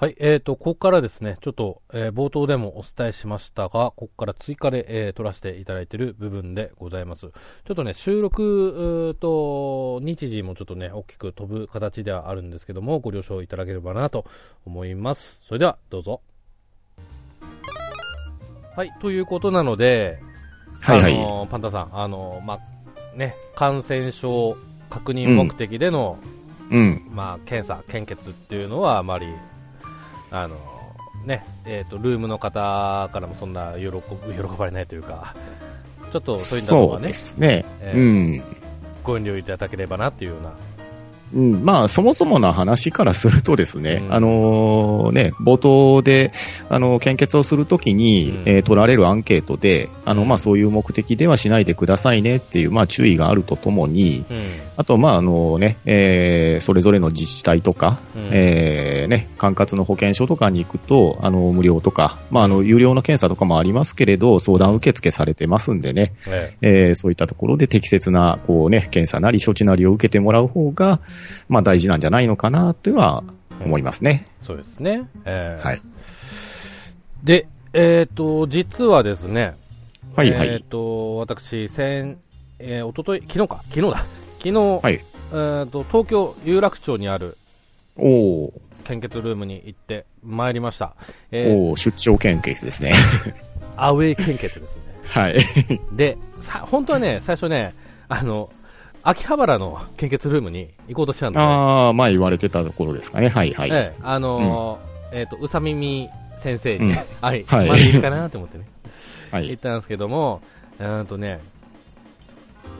はい、えーと、ここからですね、ちょっと、えー冒頭でもお伝えしましたが、ここから追加で、えー撮らせていただいている部分でございます。ちょっとね、収録うーと日時もちょっとね、大きく飛ぶ形ではあるんですけども、ご了承いただければなと思います。それでは、どうぞ。はい、ということなので、はいはあい。のーパンダさん、あのーまあ、ね、感染症確認目的での、うん。まあ、検査、献血っていうのはあまり、あのーね、えっ、と、ルームの方からもそんな喜ぶ、 喜ばれないというか、ちょっとそういったのそはうねで、すね。えうーん。ご遠慮いただければなっていうような、うん、まあ、そもそもの話からするとですね、うんあのね、冒頭で、あの、献血をするときに、うんえー取られるアンケートで、あの、うんまあ、そういう目的ではしないでくださいねっていう、まあ、注意があるとともに、うあと、まあ、あのね、えーそれぞれの自治体とか、ん。うんえーね、管轄の保健所とかに行くと、あの、無料とか、まあ、あの、有料の検査とかもありますけれど、相談受付されてますんでね、ええーそういったところで適切な、こうね、検査なり処置なりを受けてもらう方が、まあ大事なんじゃないのかな、というのはえ思いますね。そうですね。ええはい。で、えっ、と、実はですね、はいはいえっ、と、私、先、えー、おととい、昨日か、昨日だ、昨日、はい。えー、と東京有楽町にあるおー、献血ルームに行ってまいりました、えー、おー出張献血ですね。 アウェイ献血ですねはい。でさ本当はね最初ねあの秋葉原の献血ルームに行こうとしたんで、ねああ、前言われてたところですかね。はいはい。ええあのーえっ、とうさみみ先生に、うんはい、はいまだいるかなと思ってねは行っい。たんですけどもうーんとね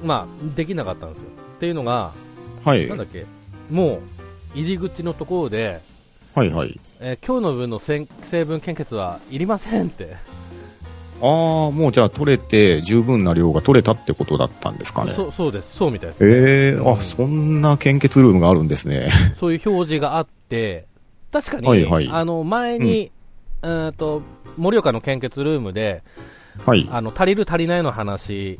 まあできなかったんですよっていうのが、はい。なんだっけもう入り口のところではいはい。えー今日の分のせん成分献血はいりませんって、ああ、もうじゃあ取れて、十分な量が取れたってことだったんですかね。そうそうです、そうみたいです、ええー、うんあ、そんな献血ルームがあるんですね。そういう表示があって、確かに、はいはいあの前に、うーんと盛岡の献血ルームではい。あの足りる足りないの話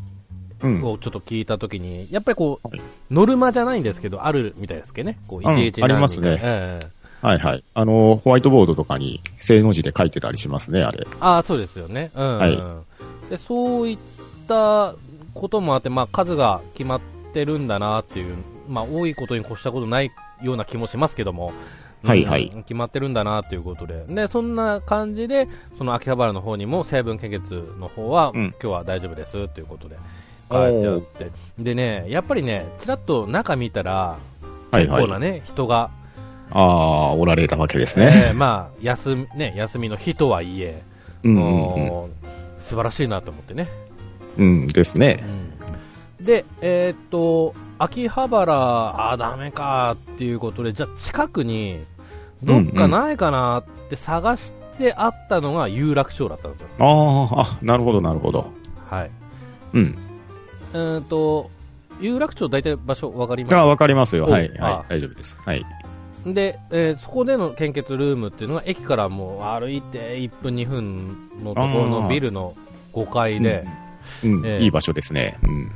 うん。をちょっと聞いたときに、やっぱりこう、はいノルマじゃないんですけど、あるみたいですけどね、こううん1日何人かありますねええはいはい。あの、ホワイトボードとかに、正の字で書いてたりしますね、あれ。ああ、そうですよね。うん、はいで、そういったこともあって、まあ、数が決まってるんだなっていう、まあ、多いことに越したことないような気もしますけども、はいはいうん決まってるんだなっていうことで。で、そんな感じで、その秋葉原の方にも成分献血の方は、うん今日は大丈夫ですということで、書いてあって。でね、やっぱりね、ちらっと中見たら、はい結はい。構なね、人が、ああ、おられたわけですえね。ーまあ、休み、ね、休みの日とはいえ、うんうんもう素晴らしいなと思ってね。うん、うんですね。で、えーっと、秋葉原、あー、ダメかっていうことで、じゃあ近くに、どっかないかなって探してあったのが有楽町だったんですよ。ああ、あ、なるほど、なるほど。はい。うん。うーんと、有楽町大体場所わかりあまわかりますよ。おはい、あはい、大丈夫です。はい。すで、えーそこでの献血ルームっていうのが駅からもう歩いて1分2分のところのビルの5階で、うん、ええいい場所ですね。うん。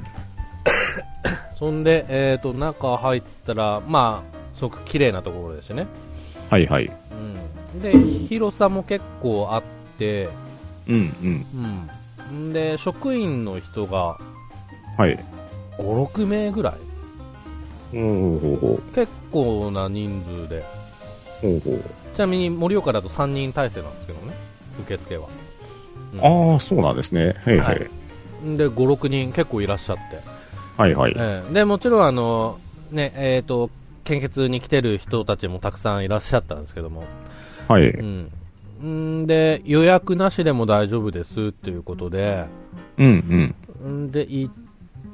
そんで、えーっと、中入ったら、まあ、すごく綺麗なところですね。はい、はい。うん、で広さも結構あって、うん、うん。うん、で職員の人がはい。 56名ぐらいおーほうほう結構な人数でほうほうちなみに盛岡だと3人体制なんですけどね受付は、うんああ、そうなんですね。はい、は。はいで56人結構いらっしゃって、はい、はい。ええでもちろんあの、ねえー、と献血に来てる人たちもたくさんいらっしゃったんですけども、はうい。ん、んで予約なしでも大丈夫ですっていうことで、うん、うん。んで行っ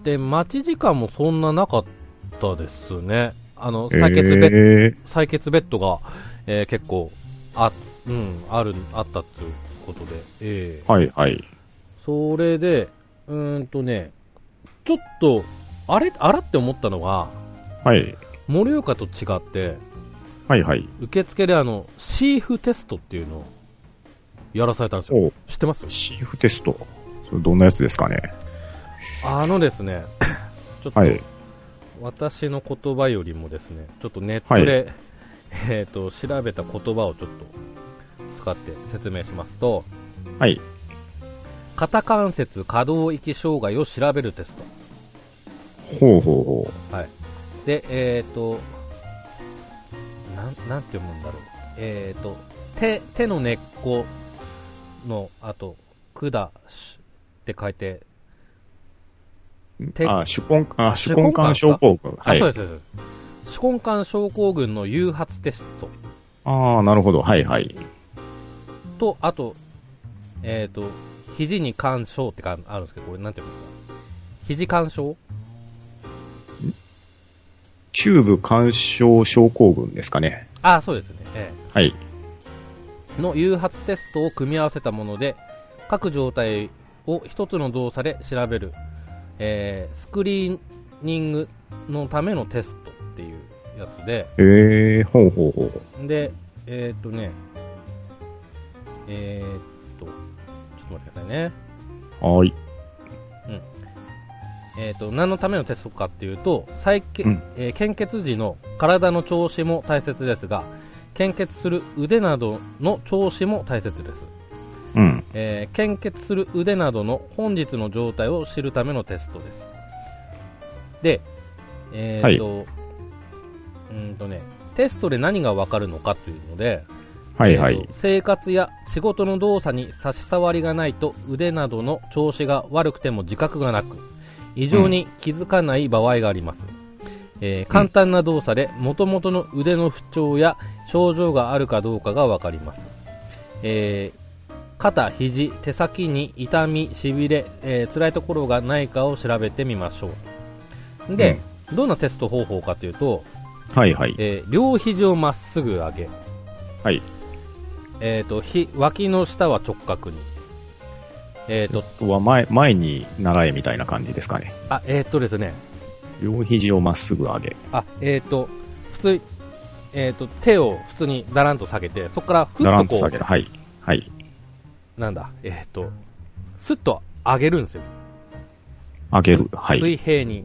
て待ち時間もそんななかったですねあの採血ベッ、え採血ベッドが、えー結構あ,、うん、あるあったということで、えーーはい、はい。それでうーんとねちょっとあれあらって思ったのがはい。盛岡と違ってはい、はい。受付であのシーフテストっていうのをやらされたんですよおう知ってますシーフテスト。それどんなやつですかね。あのです ねちょっとはい。私の言葉よりもですね、ちょっとネットで、 えー、と調べた言葉をちょっと使って説明しますとはい。肩関節可動域障害を調べるテストほうほうほで、えっ、と、なん、なんて読むんだろう。えっ、と、手、手の根っこの後、管しって書いて、う。手あ、手根、あ、手手根管根管ですか症候群。はあ、いそう。です、そうです。手根管症候群の誘発テストああ、なるほど。はいはい。と、あと、えっ、と、肘に干渉ってかあるんですけど、これなんて読むんですか肘干渉中部干渉症候群ですかね。あ、そうですね。ええはい。の誘発テストを組み合わせたもので各状態を一つの動作で調べる、えースクリーニングのためのテストっていうやつでええほうほうほう。でえーっとねえーっとちょっと待ってくださいねはい。えーっと何のためのテストかっていうと再け、うんえー献血時の体の調子も大切ですが献血する腕などの調子も大切ですうん。えー献血する腕などの本日の状態を知るためのテストです。で、えーと、うーんとね、テストで何がわかるのかというので、はいはえーと。い生活や仕事の動作に差し障りがないと腕などの調子が悪くても自覚がなく、異常に気づかない場合があります。えー簡単な動作で元々の腕の不調や症状があるかどうかがわかります。えー肩、肘、手先に痛み、しびれ、えー辛いところがないかを調べてみましょう。で、どんなテスト方法かというと、はいはい。えー両肘をまっすぐ上げ、はい。えー、とひ脇の下は直角に、えーとあとは前、前に習えみたいな感じですかね。あえー、とですね両肘をまっすぐ上げ。あ、えー、と普通、えー、と手を普通にだらんと下げてそこからふっだらんととこ下げる。はい。はい。うなんだ、えー、とすっと上げるんですよ、上げる。はい。水平に、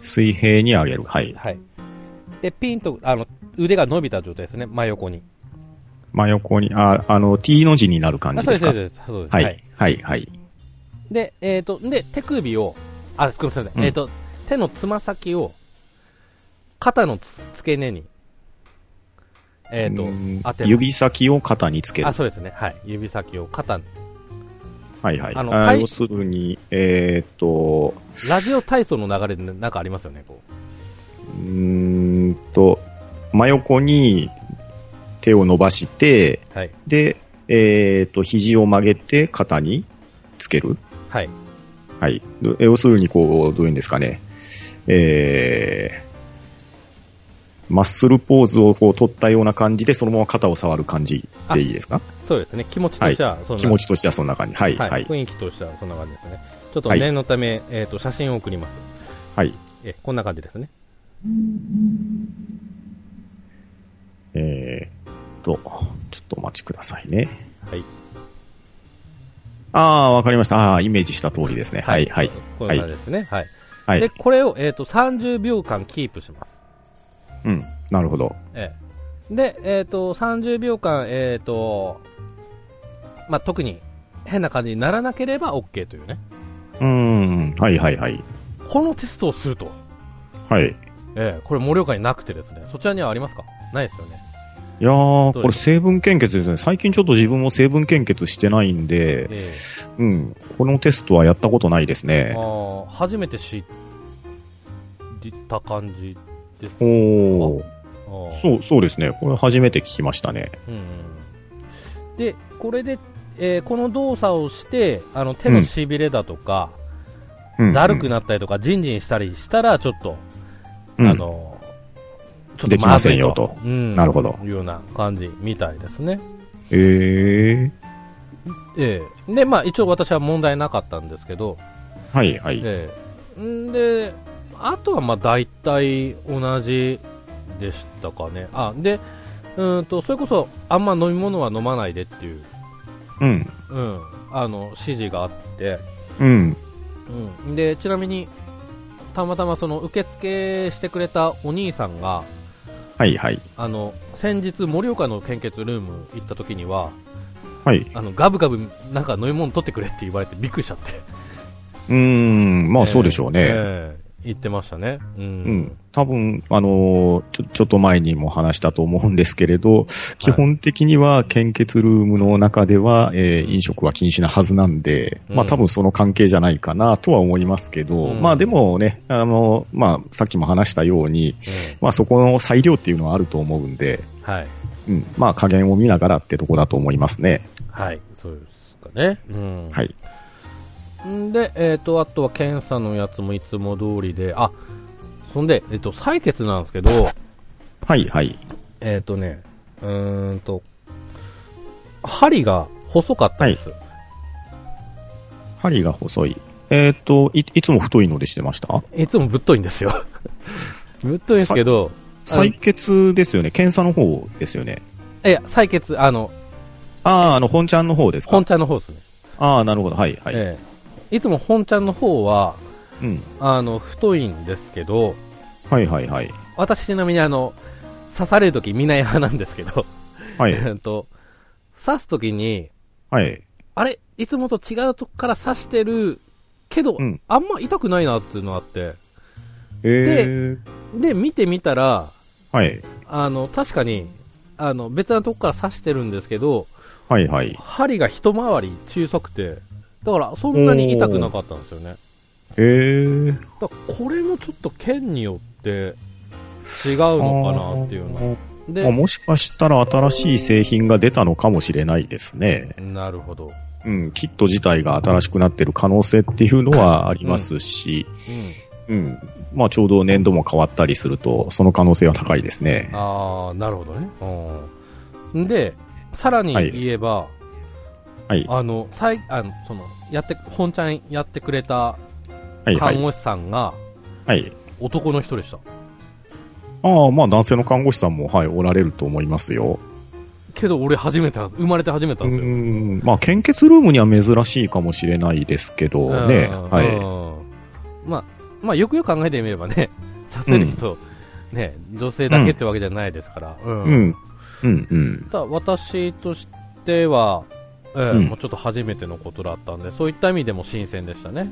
水平に上げる。はい。はい、でピンとあの腕が伸びた状態ですね真横に真横に、あ、あの、T の字になる感あじそうでですすそかう。ですそうです、ははいい。はいはい。で,、えー、とで手首をあごめんなさい、うんえー、と手のつま先を肩のつ付け根に、えー、とうん当てます指先を肩につけるあ、。そうですね。はい。指先を肩に。はいはい。あのあ体要するに、えーっと、ラジオ体操の流れでなんかありますよね、こう。うーんと、真横に手を伸ばして、はい。で、えーっと、肘を曲げて肩につける。はい。はい。ど要するに、こう、どういうんですかね。えー、マッスルポーズをこう取ったような感じで、そのまま肩を触る感じでいいですかそうですね。気持ちとしては、そんな気持ちとしてはそんな感じ。はい、はい。はい、雰囲気としてはそんな感じですね。ちょっとはい念のため、えっ、と、写真を送ります。はい。え、こんな感じですね。えーっと、ちょっとお待ちくださいね。はい。ああ、わかりました。ああー、イメージした通りですね。はい、はい。こんな感じですね。はい。はい。で、これを、えっ、と、30秒間キープします。うん。なるほど。ええ。で、えっ、と、30秒間、えっ、と、まあ、特に変な感じにならなければ OK というね。うーん。はい、はい、はい。このテストをすると。はい。ええ、これ、盛岡になくてですね、そちらにはありますかないですよね。いやー、どうこれ成分献血ですね。最近ちょっと自分も成分献血してないんで、えうん。このテストはやったことないですえね。ああ初めて知った感じです。おー。ああそう、そうですね。これ初めて聞きましたね。うんうんで、これで、えーこの動作をして、あの手のしびれだとか、うん。だるくなったりとか、ジンジンしたりしたら、ちょっと、うん、あの、ちょっとできませんよとまずいうん、なるほどいうような感じみたいですね。えー。ええで、まあ、一応私は問題なかったんですけど、はい、はい。ええんで、あとはまあ大体同じでしたかね、あでうーんとそれこそあんま飲み物は飲まないでっていう、うん。うん、あの指示があって、うん。うん、でちなみにたまたまその受付してくれたお兄さんがはい、はい。あの先日、盛岡の献血ルーム行った時には、はい。あのガブガブなんか飲み物取ってくれって言われてびっくりしちゃって、うーん、まあそうでしょうね。ええ言ってましたね、うんうん、多分、あのーちょ、ちょっと前にも話したと思うんですけれど、基本的には献血ルームの中では、えー飲食は禁止なはずなんで、うんまあ多分その関係じゃないかなとは思いますけど、うんまあでもね、あの、まあさっきも話したように、えまあそこの裁量っていうのはあると思うんで、えはい、うん、まあ加減を見ながらってとこだと思いますね。はい、そうですかね、うんはい。んで、えー、とあとは検査のやつもいつも通りで、あそんで、えっと採血なんですけど、はい、はい。えっ、とね、うーんと、針が細かったです。針が細い。えっ、とい、いつも太いのでしてましたい、つもぶっといんですよ。 ぶっといんですけど、採血ですよね。検査の方ですよね。いや、採血、あの、ああ、あの、本ちゃんの方ですか本ちゃんの方ですね。ああ、なるほど。はい、はい。ええいつも本ちゃんの方は、うん。あの、太いんですけど、はい、はい、はい。私ちなみにあの、刺されるとき見ない派なんですけど、 はい、えっと、刺すときに、はい。あれいつもと違うとこから刺してるけど、うんあんま痛くないなっていうのあって、えー、で、見てみたら、はい、あの、確かに、あの、別なとこから刺してるんですけど、はい、はい。針が一回り小さくて、だからそんなに痛くなかったんですよね。えー、だからこれもちょっと県によって違うのかなっていうのあーまあで、もしかしたら新しい製品が出たのかもしれないですね。なるほど。うん、キット自体が新しくなってる可能性っていうのはありますし、うん、まあちょうど年度も変わったりすると、その可能性は高いですねうん、。ああ、なるほどね。うん、で、さらに言えば、はい、あの、さいあのそのやって本ちゃんやってくれたはい、は看い。護師さんがはい。男の人でした。ああ、まあ男性の看護師さんも、はい、おられると思いますよ。けど俺初めてなんです生まれて初めてなんですよ。うーんまあ、献血ルームには珍しいかもしれないですけどね、うんはうい、んまあ、まあ、よくよく考えてみればね、させる人、ね、女性だけってわけじゃないですから。うんうん、うん、うん、ただ私としては、えーうんもうちょっと初めてのことだったんで、そういった意味でも新鮮でしたね。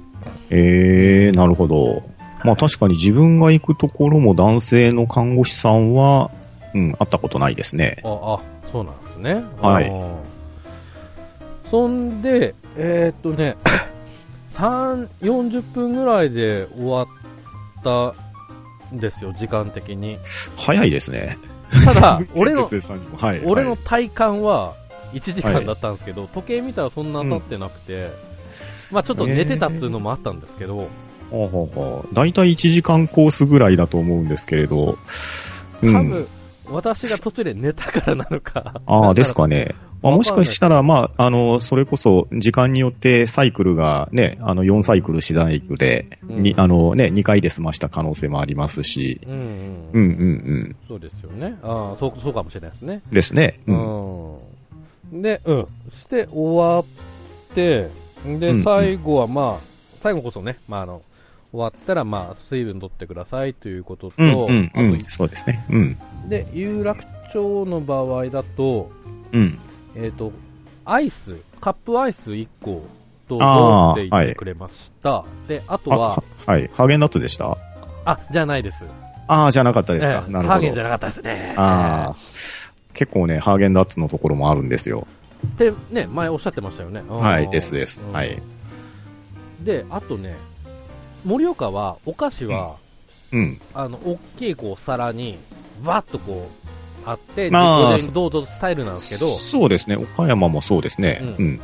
えー、なるほど、まあ、確かに自分が行くところも男性の看護師さんは、うん、会ったことないですね、あ、あ、そうなんですね。はいうんそんで、えーっと ね、3、40分ぐらいで終わったんですよ、時間的 に。早いですね、ただ、俺の献、血さんにもはい、俺のはい体感は1時間だったんですけど、時計見たらそんな経ってなくて、まあちょっと寝てたっていうのもあったんですけど、ほうほうほう大体1時間コースぐらいだと思うんですけれど、う多ん、分私が途中で寝たからなのか、ああ、ですかね。まあ、わもかしんないかしたら、まあ、あの、それこそ、時間によってサイクルがね、あの、4サイクル、4サイクルで、にうんあのね、2回で済ました可能性もありますし、うんううんん、うんうん。そうですよね、あーそうそうかもしれないですね。ですね。うん。うん、で、うん、して終わって、うでん最後は、まあ、最後こそね、まあ、あの終わったら、まあ、水分取ってくださいということと、うん、うん、うあん。そうですね。うん。とで有楽町の場合だと、うん。えっ、と、アイス、カップアイス1個と持っていあーはていくれました。で、あとあはは、はい。ハーゲンダッツでしたあじゃないです。ああ、じゃなかったですえか。えなるハほーゲンじどゃ。なかったですね。ああ。結構ね、ハーゲンダッツのところもあるんですよ。ってね、前おっしゃってましたよね。うんはい。ですですう。んはい。で、あとね、盛岡は、お菓子は、うん。あの、大きいこう、皿に、わっとこう、あって、まあ自己でどうぞスタイルなんですけど、そうですね。岡山もそうですね。ううん。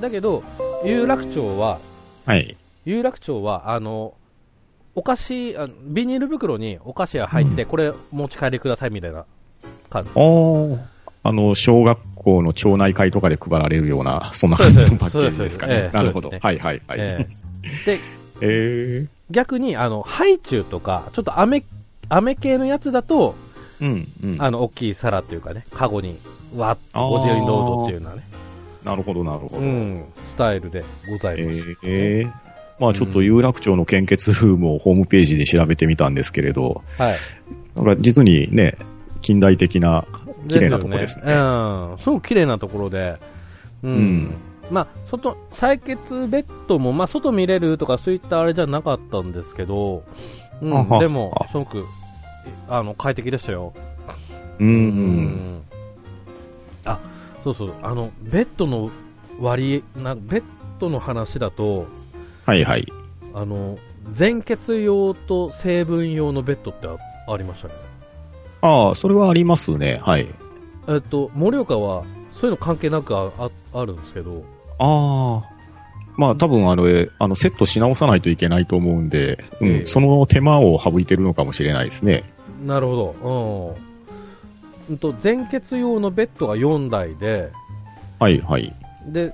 だけど、有楽町は、はい。有楽町は、あの、お菓子、あビニール袋にお菓子が入って、うこれ持ち帰りくださいみたいな感じ。ああ、あの、小学校の町内会とかで配られるような、そんな感じのパッケージですかそうでねす。なるほど。そうですはいはいはい。えええで、え逆に、あの、ハイチュウとか、ちょっと飴、飴系のやつだと、うん、うん。あの、大きい皿っていうかね、カゴに、わっとご自由にどうぞっていうようなね、なるほどなるほうど。えん、スタイルでございます。えまあちょっと有楽町の献血ルームをホームページで調べてみたんですけれど、はい。なんか実にね、近代的な、綺麗なとこですねようん、すごく綺麗なところで、うんうんまあ、外採血ベッドも、まあ、外見れるとかそういったあれじゃなかったんですけど、うあん、はでもあ、すごくあの快適でしたよ。うん、ううん、あそうそうあのベッドの割りなベッドの話だとはいはい。あの全血用と成分用のベッドってあありましたね。ああ、それはありますね、はい。えっと、盛岡はそういうの関係なくあああるんですけど、ああ。まあ多分あの、えあの、セットし直さないといけないと思うんで、うん、ええその手間を省いてるのかもしれないですね。なるほど、うんうんと、全血用のベッドが4台で、はいはい。で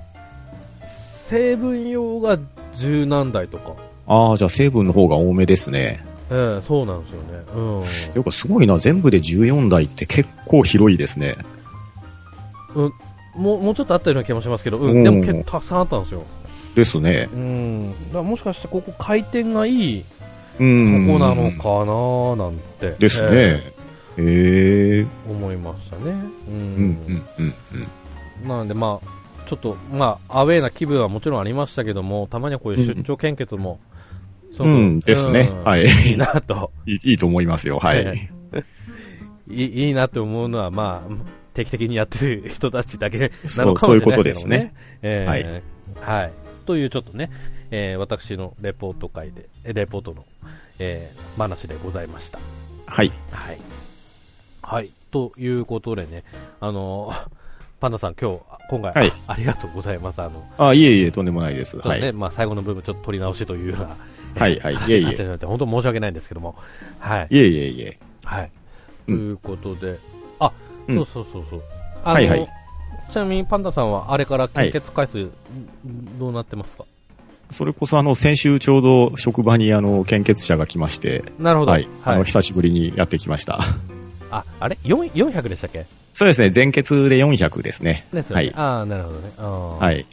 成分用が十何台とか、ああ、じゃあ成分の方が多めですね。ええそうなんですよね、ていうかすごいな、全部で14台って結構広いですね。うん、もうもうちょっとあったような気もしますけど、う、うんんでも結構たくさんあったんですよ、ですね。うん、だからもしかしてここ回転がいいとうこん。なのかななんて、ですえね。えええ思いましたね。ううんんうんうんうん。なので、まあ、ちょっと、まあ、アウェーな気分はもちろんありましたけども、たまにはこういう出張献血も、すごくうんですねうんはい いいなと、いいいいと思いますよ、ははいはいい。いいいいなと思うのは、まあ、定期的にやってる人たちだけなそのう、かそもういしれうこないとでですすけどねね。。えーははい。というちょっとね、えー私のレポート会で、えレポートの、えー話でございました。はい。はい。はい。ということでね、あのーパンダさん、今日、あ今回、はいあありがとうございます。あの、あ、いえいえ、とんでもないでそす。うはですねい。まあ、最後の部分、ちょっと取り直しというような、はいはいいえいえ形になって本当申し訳ないんですけども、はい、いえいえいえ。はい、とうんいうことで、あ、うんそうそうそうそう、あのはいはいちなみにパンダさんはあれから献血回数、どうなってますかそれこそあの、先週ちょうど職場にあの、献血者が来まして、なるほど、はい。あの、久しぶりにやってきました。 ああれ4 400でしたっけそうですね、全血で400ですね。ですよはね、い。ああ、なるほどね、あーはい。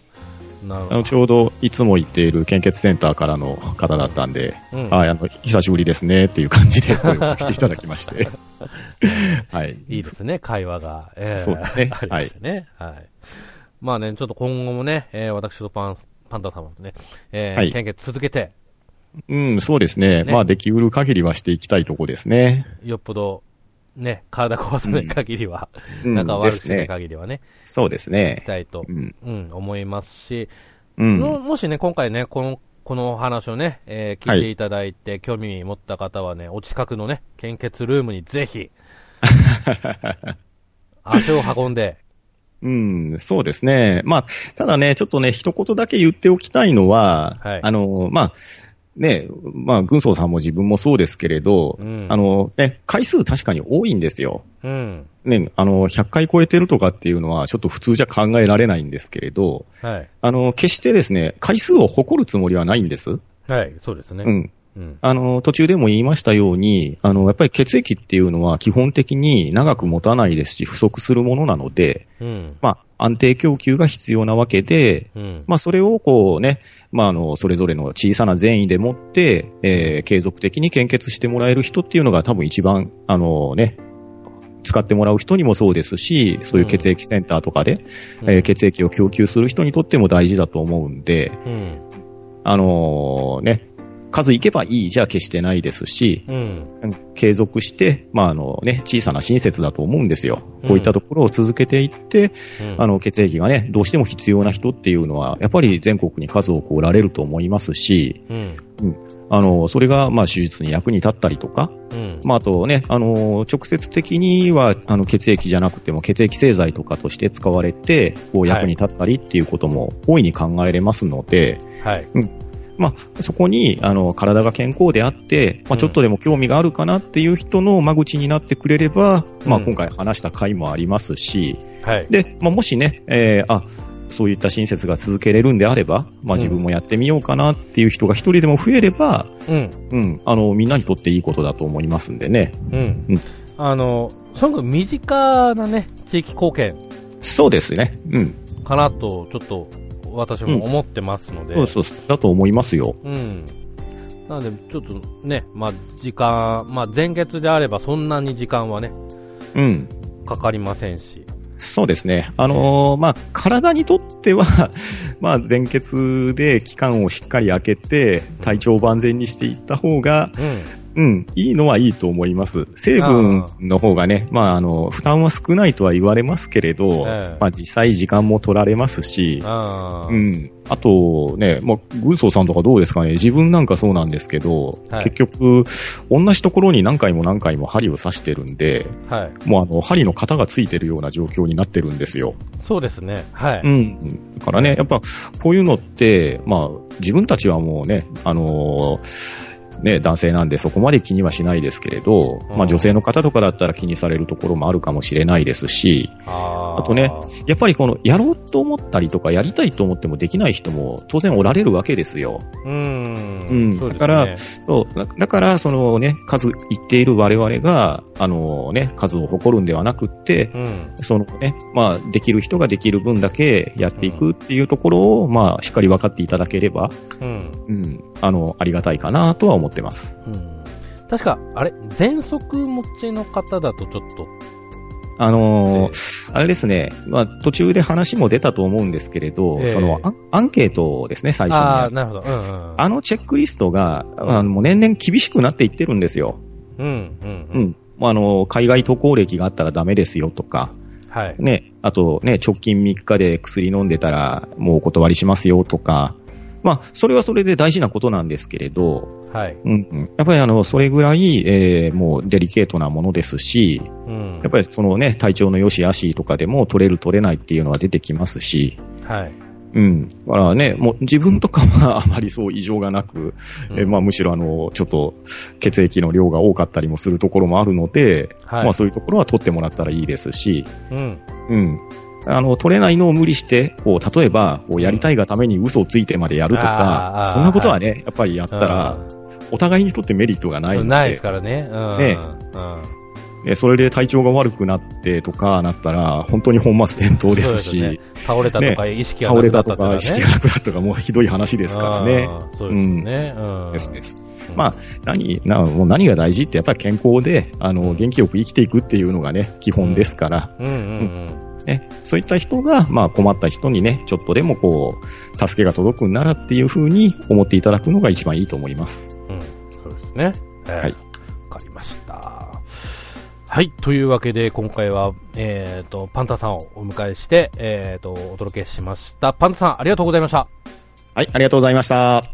なるほあの、ど、ちょうどいつも行っている献血センターからの方だったんで、うんはい、あの、久しぶりですねっていう感じで 声をかけていただきまして。 はい。いいですね、会話が。えーそうですね ありましたね。はい。まあね、ちょっと今後もね、えー私とパン、パンダ様とね、えーはい献血続けて、うん、そうですね。ねまあ、できうる限りはしていきたいとこですね。よっぽど、ね、体壊さない限りは、うん仲で悪くすしないね。限りはね、そうで行すきね。たいとう、ん。うん、思いますし、うもん。もしね、今回ね、この、このお話をね、えー聞いていただいて、興味持った方はね、お近くのね、献血ルームにぜ ひ、足を運んで、うん、そうですね。まあ、ただね、ちょっとね、一言だけ言っておきたいのは、はいあの、まあ、ね、まあ、軍曹さんも自分もそうですけれど、うんあの、ね、回数確かに多いんですよ。うん、ね、あの、100回超えてるとかっていうのは、ちょっと普通じゃ考えられないんですけれど、はい、あの、決してですね、回数を誇るつもりはないんです。はい、そうですね。うん。うん、あの、途中でも言いましたように、あの、やっぱり血液っていうのは基本的に長く持たないですし、不足するものなので、うん、まあ、安定供給が必要なわけで、うん、まあ、それをこうね、まあ、あの、それぞれの小さな善意でもって、えー継続的に献血してもらえる人っていうのが多分一番、あのね、使ってもらう人にもそうですし、そういう血液センターとかで、えー血液を供給する人にとっても大事だと思うんで、うん、あのね、数いけばいいじゃ決してないですし、うん、継続して、まあ、あのね、小さな親切だと思うんですよ。うんこういったところを続けていって、うんあの、血液がね、どうしても必要な人っていうのは、やっぱり全国に数多くおられると思いますし、うん、あの、それが、まあ、手術に役に立ったりとか、うん、まあ、あとね、あの、直接的には、あの、血液じゃなくても、血液製剤とかとして使われて、こはう、い役に立ったりっていうことも、大いに考えれますので、はい、まあ、そこに、あの、体が健康であって、まうあ、んちょっとでも興味があるかなっていう人の間口になってくれれば、まあ、うん今回話した回もありますし、はい、で、まあ、もしね、えーあ、そういった親切が続けれるんであれば、うんまあ、自分もやってみようかなっていう人が一人でも増えれば、うん、うん、あの、みんなにとっていいことだと思いますんでね。うんうん、あの、すごく身近なね、地域貢献そうですね。うん。かなと、ちょっと私も思ってますので、そうそうそう、だと思いますよ。うん。なので、ちょっとね、まあ、時間、まあ、前月であれば、そんなに時間はね、うん。かかりませんし、そうですね。あのーまあ、体にとっては、 まあ、前血で期間をしっかり空けて、体調を万全にしていった方が、ううん、いいのはいいと思います。成分の方がね、まあ、あの、負担は少ないとは言われますけれど、ええまあ、実際時間も取られますしん、、あうーん。あとね、まあ、軍曹さんとかどうですかね、自分なんかそうなんですけど、はい結局、同じところに何回も何回も針を刺してるんで、はい、もうあの、針の型がついてるような状況になってるんですよ。そうですね、はい、うん。だからね、やっぱ、こういうのって、まあ、自分たちはもうね、あのーね、男性なんでそこまで気にはしないですけれど、うんまあ女性の方とかだったら気にされるところもあるかもしれないですし、あーあとねやっぱりこのやろうと思ったりとかやりたいと思ってもできない人も当然おられるわけですよ。うん、うんそうですねだから、そう。だだから、そのね、数言っている我々が、あのね、数を誇るんではなくって、うん、そのね、まあ、できる人ができる分だけやっていくっていうところを、まあ、しっかり分かっていただければ、うん、うん、あの、ありがたいかなとは思ってます。うん、確か、あれ、喘息持ちの方だとちょっと、あのーあれですね、まあ、途中で話も出たと思うんですけれど、ええそのアン、アンケートですね、最初にあやあ、る。なるほど、うん、うん、あのチェックリストが、んあのもう年々厳しくなっていってるんですよ。うん、うん、う、ん。まああの、海外渡航歴があったらダメですよとか、はい、ね、あとね、直近3日で薬飲んでたらもうお断りしますよとか、まあ、それはそれで大事なことなんですけれど、はい、うんうん、やっぱりあの、それぐらい、えーもうデリケートなものですし、うんやっ、ぱりそのね、体調の良し悪しとかでも取れる取れないっていうのは出てきますし、はい、うん。だからね、もう自分とかは あまりそう異常がなく、えーまあむしろあの、ちょっと血液の量が多かったりもするところもあるので、はいまあそういうところは取ってもらったらいいですし、うん、うん。あの、取れないのを無理して、こう、例えば、こう、やりたいがために嘘をついてまでやるとあーあかー、そんなことはね、やっぱりやったうら、んお互いにとってメリットがなそいのうで、ないですからね、うん、ねうん、ねそれで体調が悪くなってとかなったら、本当に本末転倒ですし、そうよね倒れたとか意識が倒なれくなたったととかか、ね意識がなくなったとか、もうひどい話ですからね。あーそうですね、うん、ですですうんまあ、何、なもう何が大事って、やっぱり健康で、あうの、ん元気よく生きていくっていうのがね、基本ですから、うんうんうん、ね、そういった人が、まあ、困った人にね、ちょっとでもこう、助けが届くんならっていうふうに思っていただくのが一番いいと思います。うん、そうですね、えーはいわかりました。はい。というわけで、今回は、えっ、と、パンタさんをお迎えして、えっ、と、お届けしました。パンタさん、ありがとうございました。はい、ありがとうございました。